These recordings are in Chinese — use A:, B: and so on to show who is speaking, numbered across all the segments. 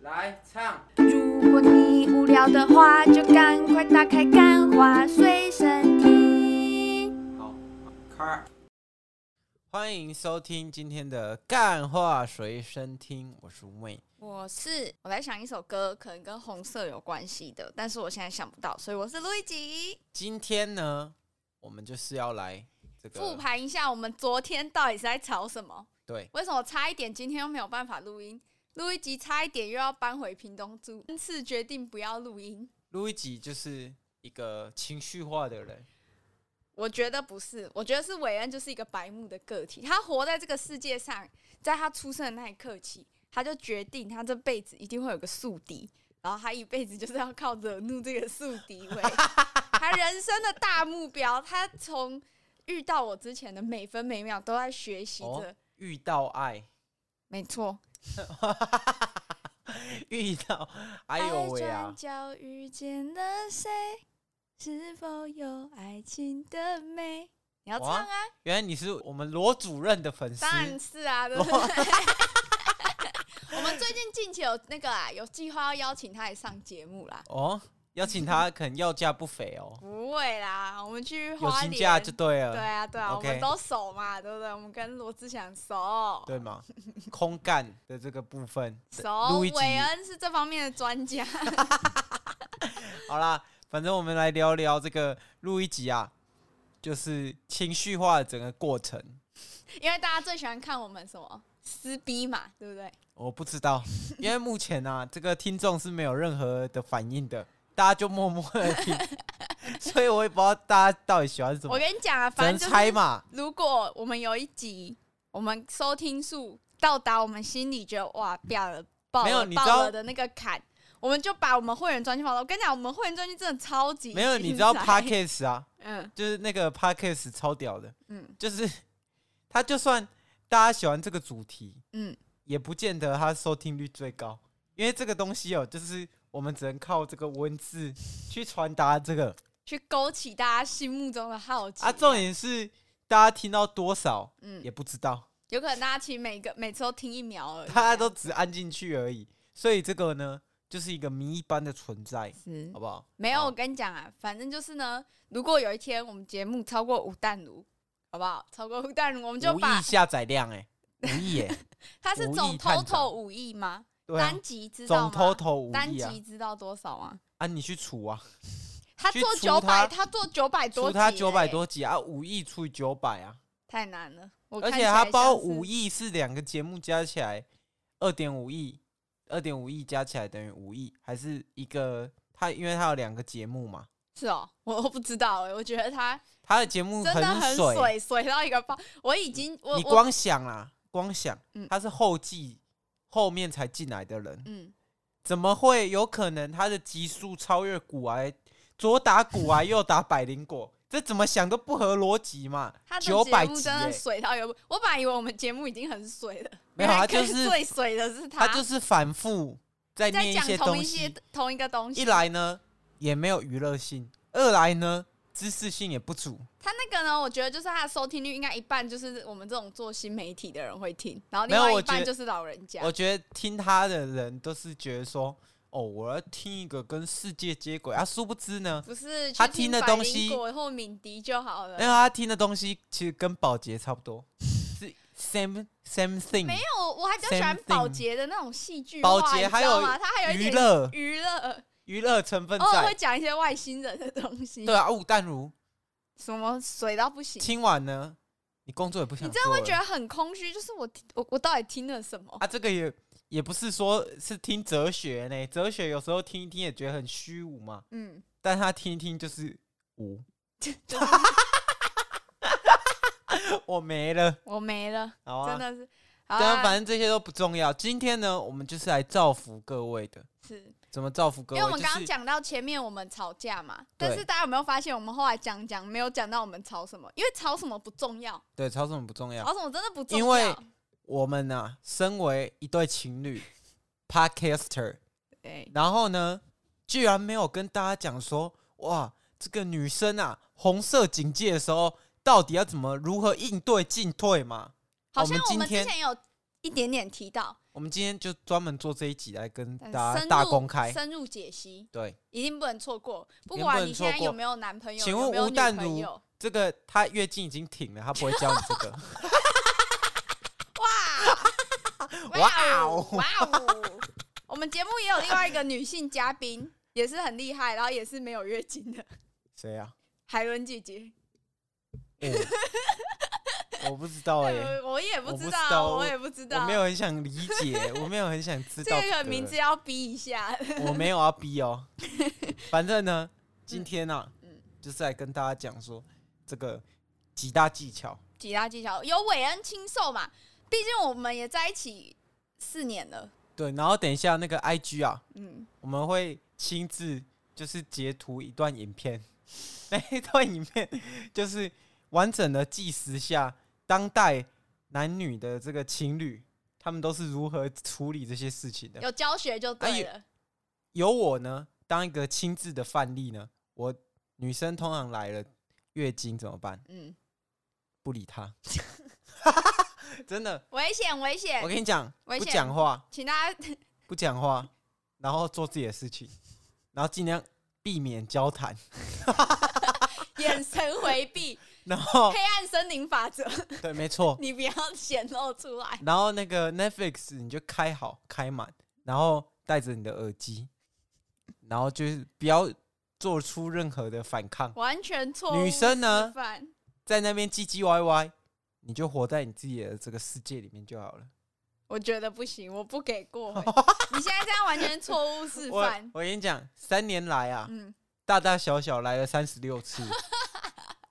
A: 来唱，
B: 如果你无聊的话，就赶快打开《干花随身听》。
A: 好，开。欢迎收听今天的《干话随身听》，我是 Wayne。
B: 我是我在想一首歌，可能跟红色有关系的，但是我现在想不到，所以我是路易吉。
A: 今天呢，我们就是要来这个
B: 复盘一下我们昨天到底是在吵什么？
A: 对，
B: 为什么差一点今天又没有办法录音？录一集差一点又要搬回屏东住，因次决定不要录音。
A: 路易吉就是一个情绪化的人，
B: 我觉得不是，我觉得是韦恩就是一个白目的个体，他活在这个世界上，在他出生的那一刻起，他就决定他这辈子一定会有个宿敌，然后他一辈子就是要靠惹怒这个宿敌为他人生的大目标。他从遇到我之前的每分每秒都在学习着，
A: 哦遇到 爱，
B: 没错。
A: 遇到，哎呦喂
B: 转
A: 啊！
B: 角遇见了谁？是否有爱情的美？你要唱
A: 哇
B: 啊！
A: 原来你是我们罗主任的粉丝
B: 当，然是 啊，对不对？我们最近近期有那个啊，有计划要邀请他来上节目啦。
A: 哦，邀请他可能要价不菲哦，
B: 不会啦，我们去
A: 友
B: 花
A: 情
B: 莲。
A: 价就对了，
B: 对啊，对啊，我
A: OK
B: 们都熟嘛，对不对？我们跟罗志祥熟，
A: 对吗？空干的这个部分，
B: 熟。
A: 录一集
B: 韦恩是这方面的专家。
A: 好啦，反正我们来聊聊这个录一集啊，就是情绪化的整个过程。
B: 因为大家最喜欢看我们什么撕逼嘛，对不对？
A: 我不知道，因为目前啊，这个听众是没有任何的反应的，大家就默默的听，所以我也不知道大家到底喜欢什
B: 我
A: 么，
B: 跟你讲啊，
A: 只
B: 反
A: 能
B: 正就是
A: 猜嘛。
B: 如果我们有一集，我们收听数到达我们心里觉得哇，表了爆
A: 没有
B: 了
A: 你知
B: 爆
A: 道
B: 了的那个坎，我们就把我们会员专区放到。我跟你讲，我们会员专区真的超级
A: 没有，
B: 精
A: 你知 道
B: 彩
A: Parkes 啊，
B: 嗯
A: 就是那个 Parkes 超屌的，
B: 嗯
A: 就是他就算大家喜欢这个主题，
B: 嗯，
A: 也不见得它收听率最高，因为这个东西哦，就是我们只能靠这个文字去传达这个
B: 去勾起大家心目中的好奇
A: 啊。重点是大家听到多少
B: 嗯，
A: 也不知道，
B: 有可能大家其实每个每次都听一秒而已，
A: 大家都只按进去而已，所以这个呢，就是一个谜一般的存在，
B: 是
A: 好不好？
B: 没有，
A: 好
B: 我跟你讲啊，反正就是呢，如果有一天我们节目超过五弹炉，好不好？超过五弹炉，我们就
A: 五
B: 把
A: 亿下载量哎、欸，五亿 哎，
B: 它是
A: 五亿
B: 总
A: 探
B: total
A: 长
B: 五亿吗？
A: 对啊
B: 单，集知道
A: 总
B: 吗？
A: 偷头五
B: 单
A: 亿啊
B: 集，知道多少吗？
A: 啊你去除啊，
B: 他
A: 去
B: 做
A: 除
B: 九百，
A: 它
B: 他做九百多，
A: 除
B: 欸
A: 它九百，多集啊，五亿除以九百啊，
B: 太难了。我
A: 而
B: 看
A: 且
B: 起
A: 它
B: 来
A: 包
B: 像是
A: 五，亿是两个节目加起来二点五亿，二点五亿加起来等于五亿，还是一个它因为它有两个节目嘛，
B: 是哦，我我不知道哎，我觉得他
A: 它的节目
B: 真的很
A: 水，
B: 水，水到一个爆。我已经我
A: 你
B: 我
A: 光想啦，光想
B: 嗯
A: 他是后继后面才进来的人，
B: 嗯，
A: 怎么会有可能他的级数超越古癌，左打古癌右打百灵果？这怎么想都不合逻辑嘛
B: 他！的
A: 九
B: 节
A: 百
B: 目
A: 集、
B: 真的
A: 欸，
B: 水到一个，我本来以为我们节目已经很水了，
A: 没有
B: 原
A: 他
B: 来
A: 就
B: 更
A: 是
B: 最水的是
A: 他
B: 他，
A: 就是反复在
B: 在
A: 念一
B: 讲
A: 些
B: 同
A: 东
B: 一
A: 西
B: 些，同一个东西。
A: 一来呢也没有娱乐性，二来呢知识性也不足。
B: 他那个呢，我觉得就是他的收听率应该一半就是我们这种做新媒体的人会听，然后
A: 没
B: 另
A: 有
B: 外
A: 我
B: 一
A: 觉
B: 半
A: 得
B: 就是老人家。
A: 我觉得听他的人都是觉得说，哦，我要听一个跟世界接轨啊，殊不知呢，
B: 不是去
A: 他听的
B: 百
A: 东
B: 灵
A: 西
B: 果或敏迪就好了
A: 因为。他听的东西其实跟保洁差不 多，是 same same thing，
B: 没有，我还比较喜欢
A: Same
B: 保
A: thing
B: 洁的那种戏剧化，
A: 保洁
B: 你知
A: 还
B: 道
A: 有
B: 吗？他还有一
A: 娱
B: 点
A: 乐
B: 娱乐，
A: 娱乐成分
B: 偶尔会
A: 在。
B: 讲一些外星人的东西，
A: 对啊，啊武淡如
B: 什么水到不行，
A: 听完呢，你工作也不想
B: 你
A: 做
B: 真的
A: 了，
B: 会觉得很空虚，就是我我我到底听了什么？
A: 啊，这个也也不是说是听哲学呢，哲学有时候听一听也觉得很虚无嘛，
B: 嗯，
A: 但他听一听就是无，
B: 就是
A: 我没了，
B: 我没了，
A: 好啊。
B: 真的是，好
A: 当然，
B: 啊，
A: 反正这些都不重要。今天呢，我们就是来造福各位的。
B: 是
A: 怎么造福各
B: 因
A: 位？
B: 为我们刚
A: 就
B: 刚
A: 是
B: 讲到前面我们吵架嘛，
A: 对
B: 但是大家有没有发现我们后来讲讲没有讲到我们吵什么？因为吵什么不重要，
A: 对吵什么不重要。
B: 吵什么真的不重要，
A: 因为我们呢、身为一对情侣，podcaster，
B: 对
A: 然后呢，居然没有跟大家讲说，哇，这个女生啊，红色警戒的时候，到底要怎么如何应对进退嘛？
B: 好像
A: 我们
B: 我
A: 今
B: 们之
A: 天
B: 前有一点点提到，
A: 我们今天就专门做这一集来跟
B: 但
A: 大
B: 深
A: 家
B: 入
A: 大公开。
B: 深入解析，
A: 对，
B: 一定不能错过。不
A: 一定不
B: 管
A: 能
B: 你
A: 错
B: 现在有
A: 过
B: 没有男朋友，
A: 请
B: 有
A: 问
B: 没有
A: 吴
B: 女
A: 淡
B: 朋
A: 如
B: 友，
A: 这个他月经已经停了，他不会教你这 个。
B: 哇
A: 哇
B: 哦
A: 哦
B: 哇哦！我们节目也有另外一个女性嘉宾，也是很厉害，然后也是没有月经的
A: 谁啊？
B: 海伦 姐姐。
A: 我我不知道哎、
B: 对 我也不
A: 我不
B: 知
A: 知
B: 道，
A: 道
B: 我
A: 我
B: 也不知
A: 我
B: 道
A: 没。有很想理解，我没有很想知道、
B: 这个名字要逼一下，
A: 我没有要逼哦。反正呢，今天呢、啊，
B: 嗯
A: 就是来跟大家讲说这个几大技巧。
B: 几大技巧有韦恩亲授嘛？毕竟我们也在一起四年了，
A: 对，然后等一下那个 IG 啊，
B: 嗯，
A: 我们会亲自就是截图一段影片， 那一段影片就是完整的纪实下当代男女的这个情侣，他们都是如何处理这些事情的。
B: 有教学就
A: 哎
B: 对
A: 有
B: 了。
A: 有我呢，当一个亲自的范例呢，我女生通常来了月经怎么办？
B: 嗯，
A: 不理她， 真的，
B: 危险危
A: 我
B: 险，
A: 跟你讲，
B: 危
A: 不
B: 险
A: 讲话，
B: 请大家
A: 不讲话，然后做自己的事情，然后尽量避免交谈，
B: 眼神回 避
A: 然后
B: 黑暗森林法则，
A: 对，没错，
B: 你不要显露出来。
A: 然后那个 Netflix 你就开好开满，然后戴着你的耳机，然后就是不要做出任何的反抗，
B: 完全错误
A: 女生呢
B: 示范
A: 在那边唧唧歪歪，你就活在你自己的这个世界里面就好了。
B: 我觉得不行，我不给过 欸。你现在这样完全错误示
A: 我
B: 范。
A: 我跟你讲，三年来啊，
B: 嗯，
A: 大大小小来了三十六次，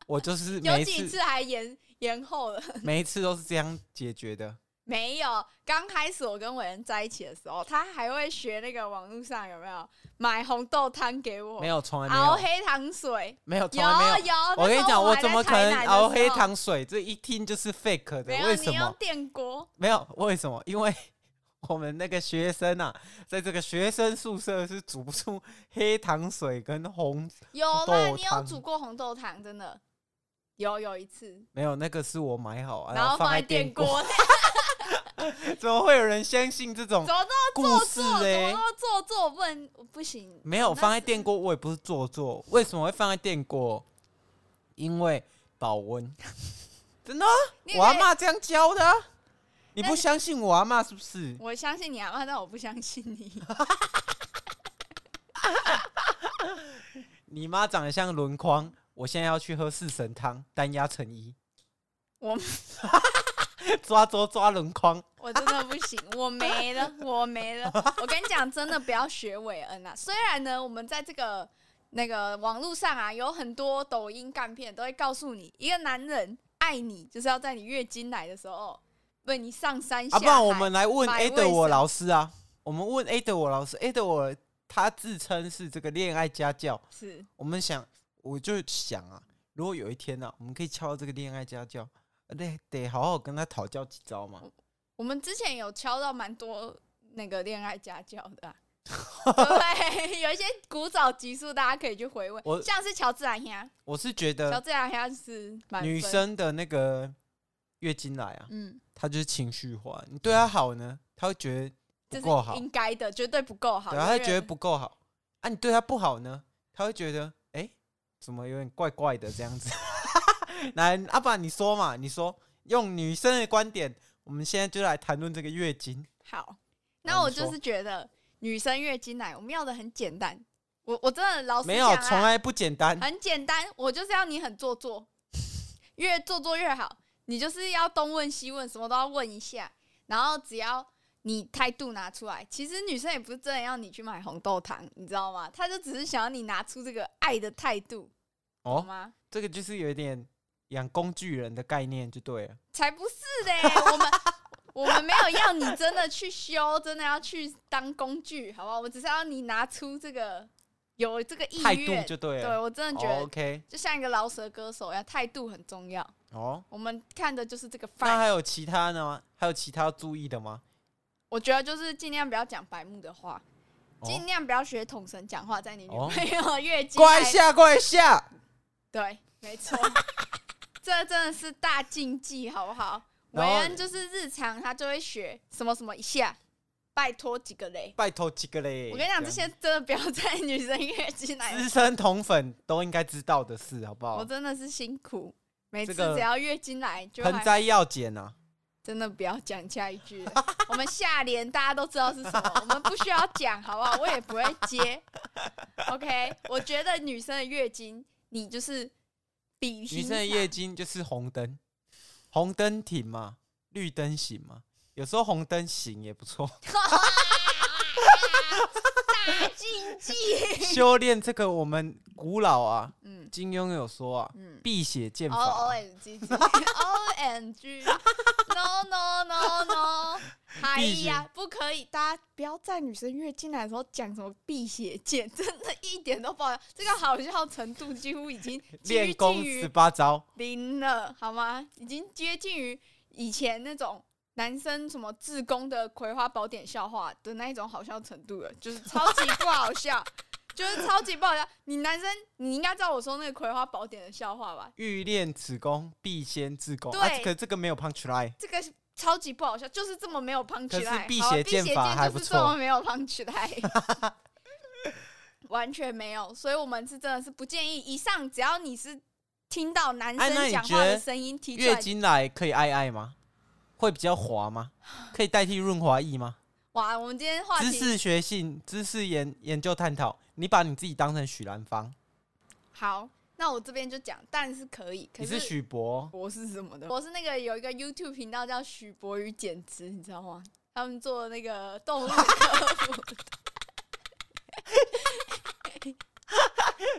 A: 我就是
B: 有
A: 每一
B: 几
A: 次
B: 次还延延后了。
A: 每一次都是这样解决的。
B: 没有，刚开始我跟伟人在一起的时候，他还会学那个网络上有没有买红豆汤给我，
A: 没有，从来没
B: 熬
A: 有，
B: 黑糖水，
A: 没有，
B: 有
A: 从来没有。
B: 有。
A: 我跟你
B: 那时
A: 讲，
B: 候
A: 我
B: 还
A: 怎
B: 在
A: 么可
B: 台
A: 能
B: 南的
A: 熬
B: 时
A: 黑
B: 候？
A: 糖水？这一听就是 fake 的，
B: 没有，
A: 为什
B: 你用
A: 么？
B: 电锅，
A: 没有，为什么？因为 我们那个学生啊，在这个学生宿舍是煮不出黑糖水跟红，
B: 有
A: 豆
B: 啦，你有
A: 汤
B: 煮过红豆汤，真的有有一次，
A: 没有，那个是我买好，
B: 然后
A: 放
B: 放在
A: 电
B: 电锅，
A: 怎么会有人相信这种
B: 怎么都
A: 故
B: 做
A: 事
B: 作，怎
A: 嘞
B: 么？都做作，不能不行。
A: 没有
B: 那
A: 放在
B: 是
A: 电锅，我也不是做作。为什么会放在电锅？因为保温，真的啊、
B: 你也
A: 我阿
B: 可以
A: 妈这样教的啊、你
B: 那
A: 不相信我阿妈是不是？
B: 我相信你阿妈，但我不相信你。
A: 你妈长得像轮框，我现在要去喝四神汤，单压成一。
B: 我
A: 抓周抓轮框，啊
B: 我真的不行，我没了，我没了。我跟你讲，真的不要学韦恩啊！虽然呢，我们在这个那个网络上啊，有很多抖音干片都会告诉你，一个男人爱你，就是要在你月经来的时候为你上山下
A: 啊，
B: 海。
A: 不然我们来问
B: 百
A: A
B: 味
A: 的我
B: 神
A: 老师啊，我们问 A 的我老师，A 的我他自称是这个恋爱家教，
B: 是
A: 我们想，我就想啊，如果有一天呢、啊，我们可以敲到这个恋爱家教，呃得得好好跟他讨教几招嘛。
B: 我们之前有敲到蛮多那个恋爱家教 的、啊。对，有一些古早集数，大家可以去回味，
A: 我
B: 像是乔治兰呀，
A: 我是觉
B: 乔
A: 得
B: 治兰呀是满
A: 女
B: 分，
A: 生的那个月经来啊，
B: 嗯，
A: 她就是情绪化，你对她好呢，她会觉得
B: 这
A: 不够好
B: 是，应该的，绝对不够好。
A: 对啊，她会觉得
B: 因为
A: 不够好啊，你对她不好呢，她会觉得哎、诶怎么有点怪怪的这样子。 来，阿爸，你说嘛，你说用女生的观点，我们现在就来谈论这个月经。
B: 好。
A: 好
B: 那我
A: 你
B: 就
A: 说
B: 是觉得女生月经来，我们要的很简单。我我真的老实
A: 没有，
B: 讲
A: 从
B: 啊，
A: 来不简单。
B: 很简单，我就是要你很做作， 越做作越好。你就是要东问西问，什么都要问一下，然后只要你态度拿出来，其实女生也不是真的要你去买红豆汤，你知道吗？她就只是想要你拿出这个爱的态度，
A: 哦
B: 懂，吗？
A: 这个就是有一点养工具人的概念，就对了。
B: 才不是嘞，我们我们没有要你真的去修，真的要去当工具，好不好？我们只是要你拿出这个有这个意
A: 态度
B: 愿。
A: 就对
B: 对
A: 了。哦
B: 我真的觉得，
A: o k
B: 就像一个饶舌歌手一样，态度很重要。
A: 哦，
B: 我们看的就是这个
A: 那
B: f
A: 还有其他的吗？还有其他要注意的吗？
B: 我觉得就是尽量不要讲白目的话，
A: 哦
B: 尽量不要学统神讲话，在你女
A: 哦
B: 朋友 月经
A: 乖
B: 来。
A: 下，乖下，
B: 对，没 错，这真的是大禁忌，好不好？韦
A: 然后
B: 恩就是日常他就会学什么什么一下，拜托几个雷！
A: 拜托几个嘞！
B: 我跟你讲，这些真的不要在女生月经来，
A: 资深同粉都应该知道的事，好不
B: 我
A: 好？
B: 真的是辛苦。每次
A: 这个
B: 只要月经来就
A: 盆
B: 还
A: 栽要剪啊，
B: 真的不要讲下一句 了，我们下联大家都知道是什么，我们不需要讲，好不好？我也不会接。OK，我觉得女生的月经，你就是比
A: 女
B: 平
A: 生的
B: 常
A: 月经就是红灯，红灯停嘛，绿灯行嘛，有时候红灯行也不 错。
B: 大 禁忌。
A: 修炼这个，我们古老啊，
B: 嗯
A: 金庸有说啊，
B: 嗯
A: 辟邪剑
B: ，O
A: 法
B: O
A: 啊，
B: M G G，O M G，No No No No，哎
A: 避
B: 呀
A: 嫌，
B: 不可以！大家不要在女生月经来的时候讲什么辟邪剑，真的一点都不好笑，这个好笑程度几乎已经接
A: 练功
B: 近
A: 十
B: 于
A: 八招，
B: 零了，好吗？已经接近于以前那种。男生什么自宫的《葵花宝典》笑话的那一种好笑程度了，就是超级不好笑， 就是超级不好笑。你男生，你应该知道我说那个《葵花宝典》的笑话吧？
A: 欲练此功，必先自宫。啊，
B: 对
A: 这个这个没有 punch line，
B: 这个超级不好笑，就是这么没有 punch
A: 可是
B: line。好
A: 辟
B: 吧
A: 邪剑法还不
B: 就是这么
A: 错
B: 没有 punch line，完全没有。所以我们是真的是不建议。以上只要你是听到男
A: 哎那
B: 生
A: 你
B: 讲
A: 觉
B: 话
A: 得
B: 的声音提出
A: 月
B: 来，
A: 经来可以爱爱吗？会比较滑 吗？可以代替润滑液吗？
B: 哇，我们今天话
A: 知
B: 题
A: 识学性、知识研研究探讨，你把你自己当成许兰芳，
B: 好，那我这边就讲，但是可以，可
A: 你是
B: 是。
A: 许博，
B: 博是什么的？我是那个有一个 YouTube 频道叫许博与减脂，你知道吗？他们做那个动物科普 的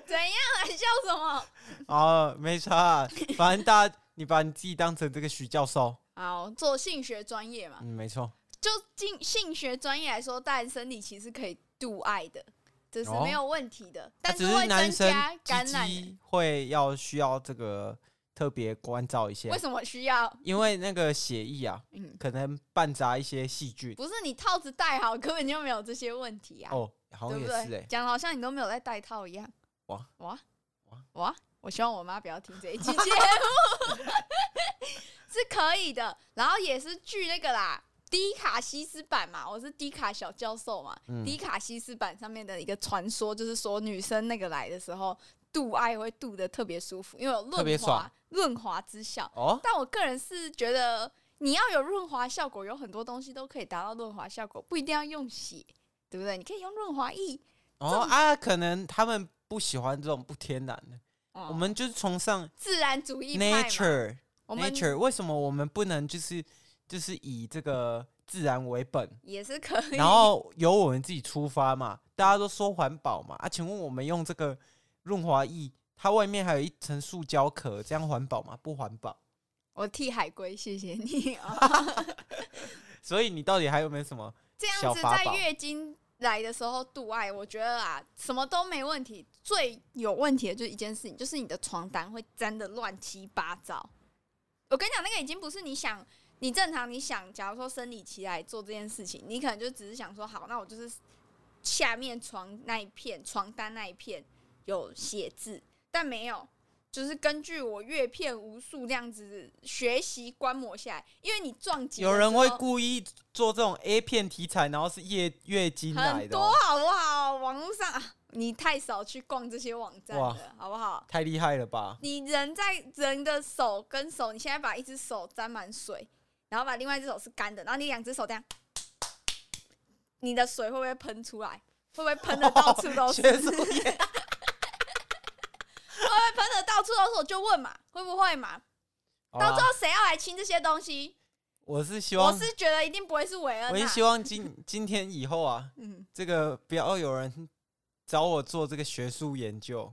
B: 怎样啊？笑什么？
A: 哦，没差啊、反正大家你把你自己当成这个许教授，
B: 好，做性学专业嘛，
A: 嗯，没错，
B: 就性性学专业来说，当然生理期是可以度爱的，这是
A: 哦
B: 没有问题的，
A: 那
B: 但
A: 只
B: 是会增
A: 男生
B: 加感
A: 鸡
B: 染的。
A: 鸡会要需要这个特别关照一下
B: 为，什么需要？
A: 因为那个血液啊，
B: 嗯，
A: 可能伴杂一些细菌。
B: 不是你套子戴好，根本就没有这些问题啊，
A: 哦，好
B: 对
A: 像
B: 不
A: 也是哎、
B: 对？讲的好像你都没有在戴套一样。
A: 哇
B: 哇
A: 哇
B: 哇！我希望我妈不要听这一期节目， 是可以的。然后也是据那个啦，迪卡西斯版嘛，我是迪卡小教授嘛，
A: 嗯
B: 迪卡西斯版上面的一个传说，就是说女生那个来的时候，度爱会度的特别舒服，因为有
A: 特别
B: 润滑
A: 爽
B: 润滑之效。
A: 哦，
B: 但我个人是觉得，你要有润滑效果，有很多东西都可以达到润滑效果，不一定要用血，对不对？你可以用润滑液。
A: 哦啊，可能他们不喜欢这种不天然的，
B: 哦
A: 我们就是崇尚
B: 自然主义派嘛
A: nature
B: 我们
A: nature，为什么我们不能就是就是以这个自然为本，
B: 也是可以。
A: 然后由我们自己出发嘛？大家都说环保嘛啊，请问我们用这个润滑液，它外面还有一层塑胶壳，这样环保吗？不环保。
B: 我替海龟谢谢你 啊、
A: 所以你到底还有没有什么？
B: 这样
A: 小
B: 子
A: 法
B: 在
A: 宝
B: 月经来的时候度爱，我觉得啊，什么都没问题。最有问题的就是一件事情，就是你的床单会沾的乱七八糟。我跟你讲，那个已经不是你想，你正常你想，假如说生理期来做这件事情，你可能就只是想说，好，那我就是下面床那一片床单那一片有写字，但没有。就是根据我阅片无数这样子学习观摩下来，因为你撞击的
A: 有人会
B: 时候
A: 故意做这种 A 片题材，然后是月月经来的
B: 很多
A: 哦、
B: 好不好？网络上啊，你太少去逛这些网站
A: 哇
B: 了，好不好？
A: 太厉害了吧？
B: 你人在人的手跟手，你现在把一只手沾满水，然后把另外一只手是干的，然后你两只手这样，你的水会不会喷出来？会不会喷的到处都是？
A: 学 术研
B: 会不会喷的到处都是？我就问嘛，会不会嘛？
A: 好
B: 到
A: 啦
B: 最后谁要来清这些东西？
A: 我是希
B: 我
A: 望，
B: 是觉得一定不会是韦恩
A: 我是
B: 啊
A: 希。望今今天以后啊，
B: 嗯，
A: 这个不要有人找我做这个学术研究。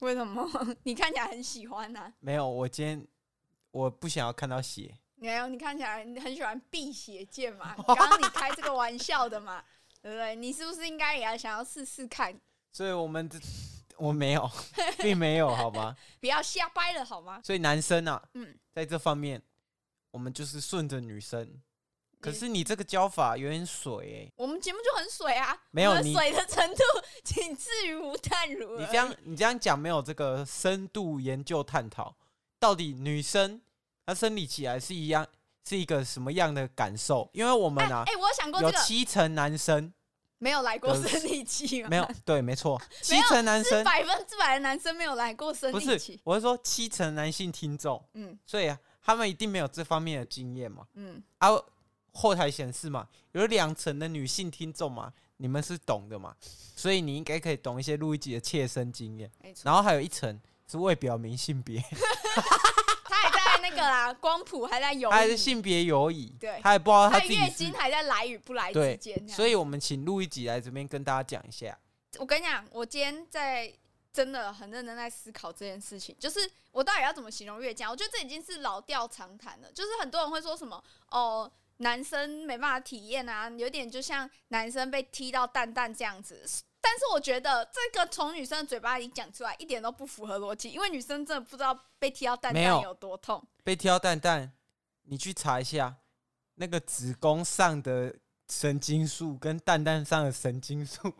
B: 为什么？ 你看起来很喜欢呐、啊。
A: 没有，我今天我不想要看到血。
B: 没哎有，你看起来你很喜欢辟邪剑嘛？ 刚刚你开这个玩笑的嘛， 对不对？你是不是应该也要想要试试看？
A: 所以我们这 我没 有，并没有，好吧？
B: 不要瞎掰了好吗？
A: 所以男生啊，
B: 嗯，
A: 在这方面，我们就是顺着女生。可
B: 你
A: 是你这个教法有点水哎、
B: 我们节目就很水啊，
A: 没有
B: 我们
A: 你
B: 水的程度仅次于吴淡如。
A: 你这，样你这样讲没有这个深度研究探讨，到底女生她生理起来是一样是一个什么样的感受？因为我们
B: 哎
A: 啊，
B: 哎，我有想过
A: 有
B: 这个，
A: 七成男生
B: 没有来过
A: 有
B: 生理期吗？
A: 没有，对，没错，
B: 没
A: 七
B: 有
A: 成男
B: 是
A: 生
B: 百分之百的男生没有来过生
A: 不
B: 理
A: 是
B: 期，。
A: 我是说七成男性听众，
B: 嗯
A: 所以、啊、他们一定没有这方面的经验嘛。
B: 嗯，
A: 啊，后台显示嘛，有两成的女性听众嘛，你们是懂的嘛，所以你应该可以懂一些录一集的切身经验。
B: 没错。
A: 然后还有一层是未表明性别，
B: 他还在那个啦，光谱还在犹
A: 他还是
B: 豫，
A: 性别犹疑，
B: 对
A: 他还不知道他
B: 他
A: 自己
B: 月
A: 是
B: 经还在来与不来之
A: 对
B: 间这样。
A: 所以我们请录一集来这边跟大家讲一下。
B: 我跟你讲，我今天在真的很认真在思考这件事情，就是我到底要怎么形容月经啊？我觉得这已经是老调常谈了，就是很多人会说什么哦。男生没办法体验啊，有点就像男生被踢到蛋蛋这样子。但是我觉得这个从女生的嘴巴里讲出来一点都不符合逻辑，因为女生真的不知道被踢到蛋
A: 没有
B: 蛋有多痛。
A: 被挑蛋蛋，你去查一下那个子宫上的神经素跟蛋蛋上的神经素，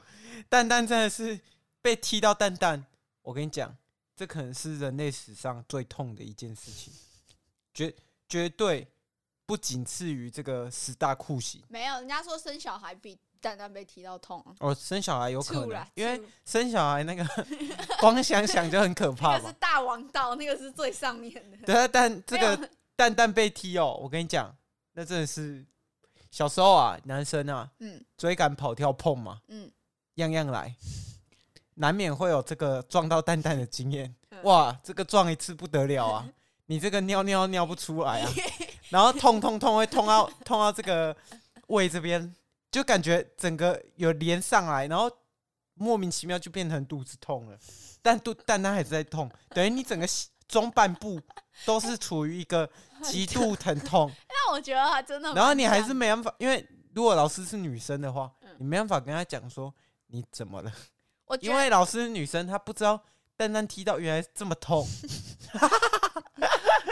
A: 蛋蛋真的是被踢到蛋蛋，我跟你讲，这可能是人类史上最痛的一件事情，绝绝对不仅次于这个十大酷刑。
B: 没有，人家说生小孩比蛋蛋被踢到痛啊，
A: 哦，生小孩有可
B: 吐
A: 能
B: 啦，
A: 因为
B: 吐
A: 生小孩那个 光想想就很可怕
B: 那个是
A: 嘛。
B: 大王道，那个是最上面的。
A: 对啊，但这
B: 没有
A: 个蛋蛋被踢哦，我跟你讲，那真的是小时候啊，男生啊，
B: 嗯
A: 追赶、跑跳、碰嘛，
B: 嗯，
A: 样样来，难免会有这个撞到蛋蛋的经验。
B: 嗯
A: 哇，这个撞一次不得了 啊，你这个尿尿尿不出来啊，然后痛痛痛会痛到痛到这个胃这边，就感觉整个有连上来，然后莫名其妙就变成肚子痛了，但肚蛋蛋还是在痛，等于你整个中半部都是处于一 个极度疼痛。
B: 那 我觉得他真的，
A: 然后你还是没办法，因为如果老师是女生的话，
B: 嗯
A: 你没办法跟她讲说你怎么了，
B: 我觉
A: 因
B: 得
A: 为老师是女生，她不知道蛋蛋踢到原来这么痛。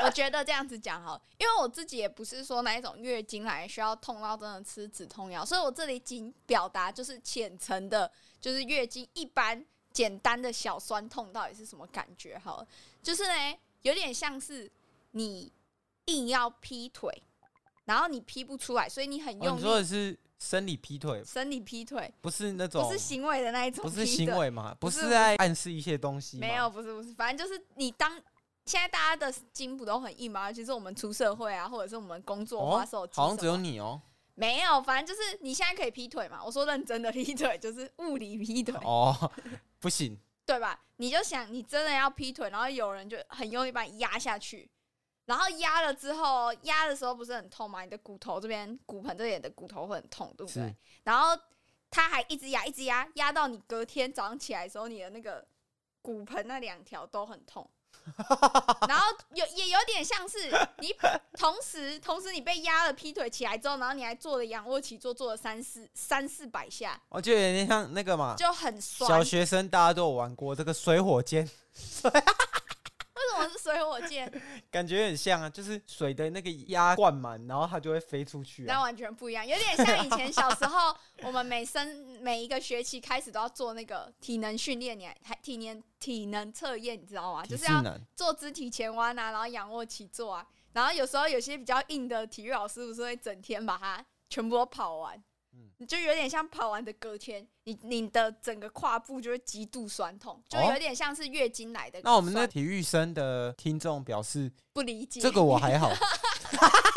B: 我觉得这样子讲好了，因为我自己也不是说那一种月经来需要痛到真的吃止痛药，所以我这里仅表达就是浅层的，就是月经一般简单的小酸痛到底是什么感觉好了，就是呢有点像是你硬要劈腿，然后你劈不出来，所以你很
A: 哦
B: 用
A: 你
B: 力、
A: 说的是生理劈腿，
B: 生理劈腿，
A: 不是那种
B: 不是行为的那一种，
A: 不是行。为嘛？不
B: 不是
A: 是在暗示一些东西？哦
B: 没有，，不是不是，反正就是你当现在大家的筋不都很硬吗？尤其是我们出社会啊，或者是我们工作
A: 哦
B: 花手机什么、
A: 好像只有你哦。
B: 没有，反正就是你现在可以劈腿嘛。我说认真的劈腿，就是物理劈腿，
A: 哦， 不行，
B: 对吧？你就想你真的要劈腿，然后有人就很用力把你压下去，然后压了之后，压的时候不是很痛吗？你的骨头这边、骨盆这里的骨头会很痛，对不对
A: 是？
B: 然后他还一直压，一直压，压到你隔天早上起来的时候，你的那个骨盆那两条都很痛。然后有也有点像是你同时同时你被压了劈腿起来之后，然后你还做了仰卧起坐，做了三四三四百下，
A: 我哦就有点像那个嘛。
B: 就很酸。
A: 小学生大家都有玩过这个水火箭，
B: 为什么是水火箭？
A: 感觉很像啊，就是水的那个压灌满，然后它就会飞出去
B: 那
A: 啊。
B: 完全不一样，有点像以前小时候，我们每升每一个学期开始都要做那个体能训练，你还还体能体能测验，你知道吗？就是
A: 体适
B: 要
A: 能
B: 做肢体前弯啊，然后仰卧起坐啊，然后有时候有些比较硬的体育老师不是会整天把它全部都跑完，
A: 嗯
B: 你就有点像跑完的隔天，你你的整个胯部就会极度酸痛，就有点像是月经来的
A: 哦
B: 酸。
A: 那我们的体育生的听众表示，
B: 不理解
A: 这个我还好。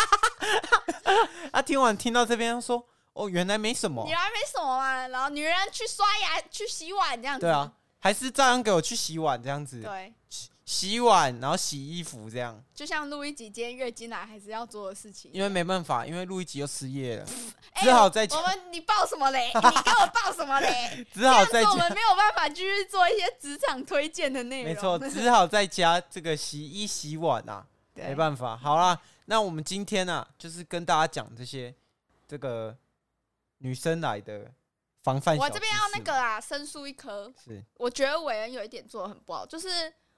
A: 啊，听完听到这边说，哦，原来没什么
B: 你，还没什么嘛，然后女人去刷牙、去洗碗这样子。
A: 对啊，，还是照样给我去洗碗这样子，
B: 对。
A: 洗洗碗，然后洗衣服这样，
B: 就像录一集今天月经来还是要做的事情。
A: 因为没办法，因为录一集又失业 了，
B: 哎
A: 只好再
B: 我
A: 讲，
B: 们你报什 么雷？你给我报什么雷？
A: 只
B: 这
A: 好
B: 样子
A: 再加，
B: 我们没有办法继续做一些职场推荐的内容。
A: 没 错，只好再加这个洗衣洗碗啊，
B: 对，
A: 没办法。好啦，那我们今天啊，就是跟大家讲这些这个女生来的防范小
B: 我
A: 知识嘛。
B: 这边要那个啦，申诉一颗。
A: 是
B: 我觉得伟恩有一点做的很不好，就是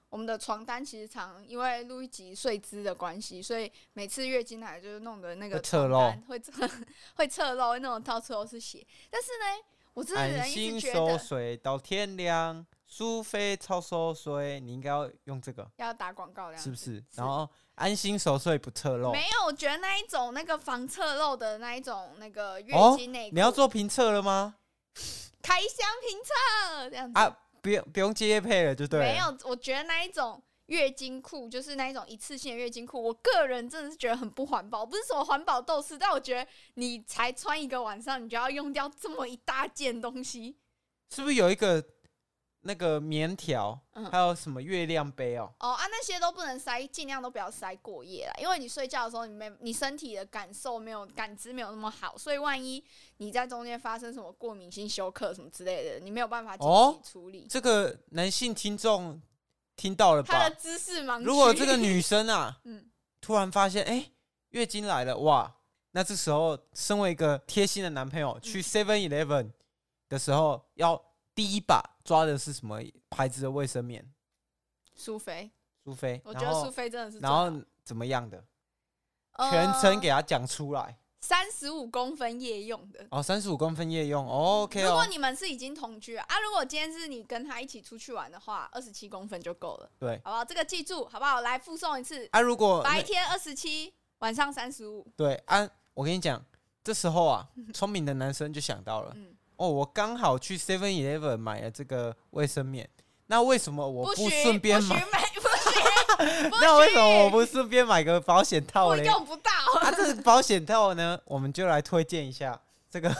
B: 我们的床单其实常因为录一集睡姿的关系，所以每次月经来就是弄的那个
A: 会侧
B: 床
A: 漏
B: 单会侧 会侧漏，会弄得到处都是血。但是呢，我这个
A: 安
B: 人一直
A: 心
B: 觉
A: 收
B: 得
A: 水到天亮，苏菲超收衰，你应该要用这个，
B: 要打广告的样
A: 是
B: 子
A: 不是？然后安心守岁不侧漏，
B: 没有，我觉得那一种那个防侧漏的那一种那个月
A: 哦
B: 经内裤、
A: 你要做评测了吗？
B: 开箱评测这样子
A: 啊，不用不用接业配了，就对了。
B: 没有，我觉得那一种月经裤就是那一种一次性的月经裤，我个人真的是觉得很不环保。不是什么环保斗士，但我觉得你才穿一个晚上，你就要用掉这么一大件东西。
A: 是不是有一个那个棉条，
B: 嗯
A: 还有什么月亮杯哦？
B: 哦啊，那些都不能塞，尽量都不要塞过夜啦，因为你睡觉的时候，你没你身体的感受没有感知没有那么好，所以万一你在中间发生什么过敏性休克什么之类的，你没有办法紧
A: 哦
B: 急处理。
A: 这个男性听众听到了
B: 他
A: 吧
B: 的？知识盲区，，
A: 如果这个女生啊
B: 嗯
A: 突然发现哎、诶月经来了哇，那这时候身为一个贴心的男朋
B: 嗯
A: 友，去 Seven Eleven 的时候，要第一把抓的是什么牌子的卫生棉？
B: 苏菲，
A: 苏菲，
B: 我觉
A: 然
B: 得苏
A: 后
B: 菲真的是
A: 然
B: 最
A: 后怎么样的？
B: 好
A: 全程
B: 呃
A: 给他讲出来
B: 三十五公分夜用的。
A: 哦，三十五公分夜用、哦、，OK
B: 呃如
A: 哦
B: 果，你们是已经同居了啊，如果今天是你跟他一起出去玩的话，二十七公分就够了，
A: 对
B: 好不好？这个记住，好不好？来附送一次，
A: 啊，如果那
B: 白天二十七，晚上三十五。
A: 对啊，我跟你讲，这时候啊，聪明的男生就想到了，
B: 嗯
A: 哦，我刚好去 Seven Eleven 买了这个卫生棉，那为什么我
B: 许
A: 顺便
B: 不许
A: 买？
B: 买， 不许
A: 那为什么我不顺便买个保险套
B: 我
A: 嘞？
B: 用不到。
A: 啊，这个保险套呢，我们就来推荐一下这个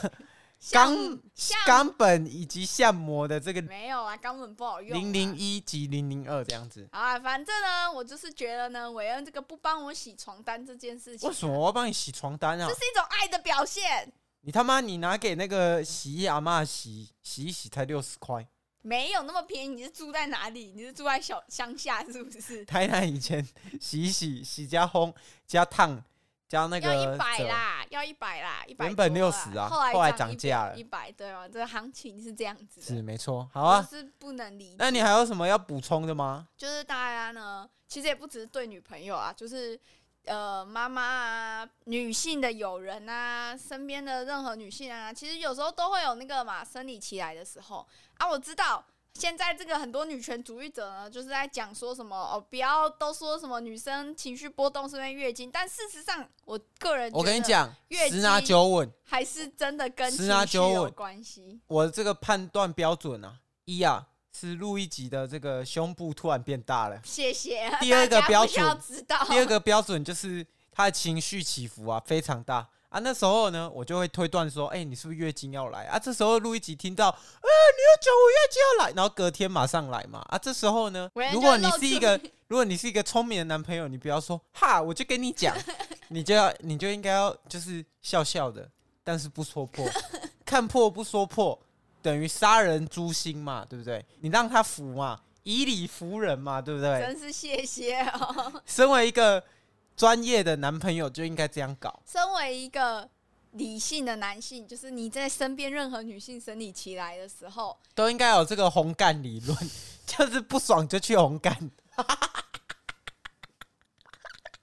B: 像
A: 冈
B: 像
A: 冈本以及相模的这个
B: 没有啊，根本不好用啊。
A: 零零一及零零二这样子。
B: 好啊，反正呢，我就是觉得呢，韦恩这个不帮我洗床单这件事情
A: 为，什么我要帮你洗床单啊
B: 这？是一种爱的表现。
A: 你他妈你拿给那个洗衣阿嬷洗洗一洗才六十块，
B: 没有那么便宜，你是住在哪里？你是住在小乡下是不是？
A: 台南以前洗一洗洗加烘加烫加那
B: 要
A: 个
B: 一百
A: 折
B: 啦，要一百啦，一百
A: 原本
B: 多
A: 60
B: 啦
A: 啊
B: 后来
A: 后来
B: 涨
A: 涨价了
B: 一百，对吗？这个行情是这样子的，
A: 是没错。好啊，
B: 就是不能理解。
A: 那你还有什么要补充的吗？
B: 就是大家呢，其实也不只是对女朋友啊，就是呃妈妈啊、女性的友人啊、身边的任何女性啊，其实有时候都会有那个嘛生理期来的时候啊。我知道现在这个很多女权主义者呢，就是在讲说什么哦，不要都说什么女生情绪波动是因为月经，但事实上，我个人
A: 我跟你
B: 觉得
A: 讲
B: 月，
A: 十拿
B: 经
A: 九稳。
B: 还是真的跟
A: 十
B: 情
A: 拿
B: 绪
A: 九
B: 有
A: 稳
B: 关系。，
A: 我这个判断标准啊，一啊是路易吉的这个胸部突然变大了
B: 谢谢。
A: 第二个
B: 大家不
A: 标
B: 需要
A: 准
B: 知道。
A: 第二个标准就是他的情绪起伏啊非常大啊。那时候呢，我就会推断说，哎、你是不是月经要来啊？这时候路易吉听到，啊，你又讲我月经要来，然后隔天马上来嘛啊。这时候呢
B: 我也，就
A: 如果你是一
B: 露
A: 个
B: 出
A: 如果你是一个聪明的男朋友，你不要说哈，我就跟你讲，你就要 你就应该要就是笑笑的，但是不说破，看破不说破，等于杀人诛心嘛，对不对？你让他服嘛，以理服人嘛，对不对？
B: 真是谢谢哦。
A: 身为一个专业的男朋友，就应该这样搞。
B: 身为一个理性的男性，就是你在身边任何女性生理期来的时候，
A: 都应该有这个红干理论， 就是不爽就去红干。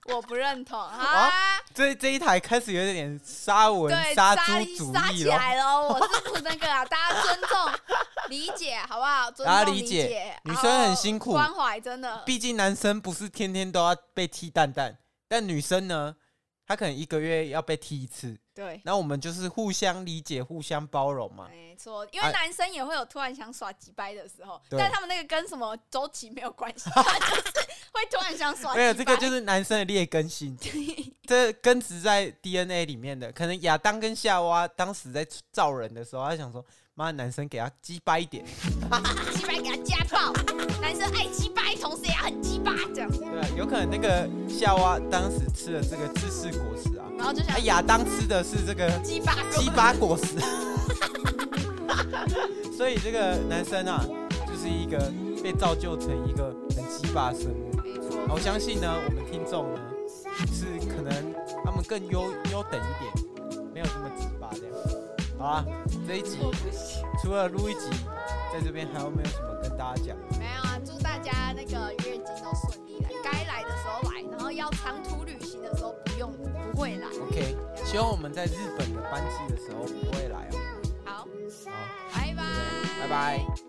B: 我不认 同啊。
A: 这这一台开始有点沙文
B: 对，
A: 杀
B: 杀
A: 猪主
B: 杀
A: 义哦
B: 起
A: 了。
B: 来了，我是不那个 啊，大家尊重理解好不好？尊
A: 大家
B: 重
A: 理解
B: 解，
A: 女
B: 然
A: 生很
B: 后
A: 辛苦
B: 关怀真的。
A: 毕竟男生不是天天都要被踢蛋蛋，但女生呢，她可能一个月要被踢一次。
B: 对，
A: 那我们就是互相理解、互相包容嘛。
B: 没错，因为
A: 哎
B: 男生也会有突然想耍几掰的时候，
A: 对
B: 但他们那个跟什么周期没有关 系，就是会突然想耍。
A: 没有这个就，是男生的劣根性，这根植在 DNA 里面的。可能亚当跟夏娃当时在造人的时候，他想说：“妈，男生给他鸡掰一点。
B: 鸡掰给他家暴，男生爱鸡掰，同时也很鸡巴这样，”
A: 对啊，有可能那个夏娃当时吃了这个芝士果实啊，
B: 然后就想
A: 啊，亚当吃的是这个
B: 鸡巴
A: 鸡巴果实。 所以这个男生啊，就是一个被造就成一个很鸡巴的生物。
B: 没
A: 那
B: 错，
A: 我相信呢，我们听众呢是可能他们更优优等一点，没有这么鸡巴这样。好啊，这一集
B: 我不行。
A: 除了录一集，在这边还有没有什么跟大家讲？
B: 没有啊，祝大家那个月经都顺利来，该来的时候来，然后要长途旅行的时候不用不会来。
A: OK，希望我们在日本的班机的时候不会来哦。
B: 好，
A: 好，
B: 拜拜，
A: 拜拜。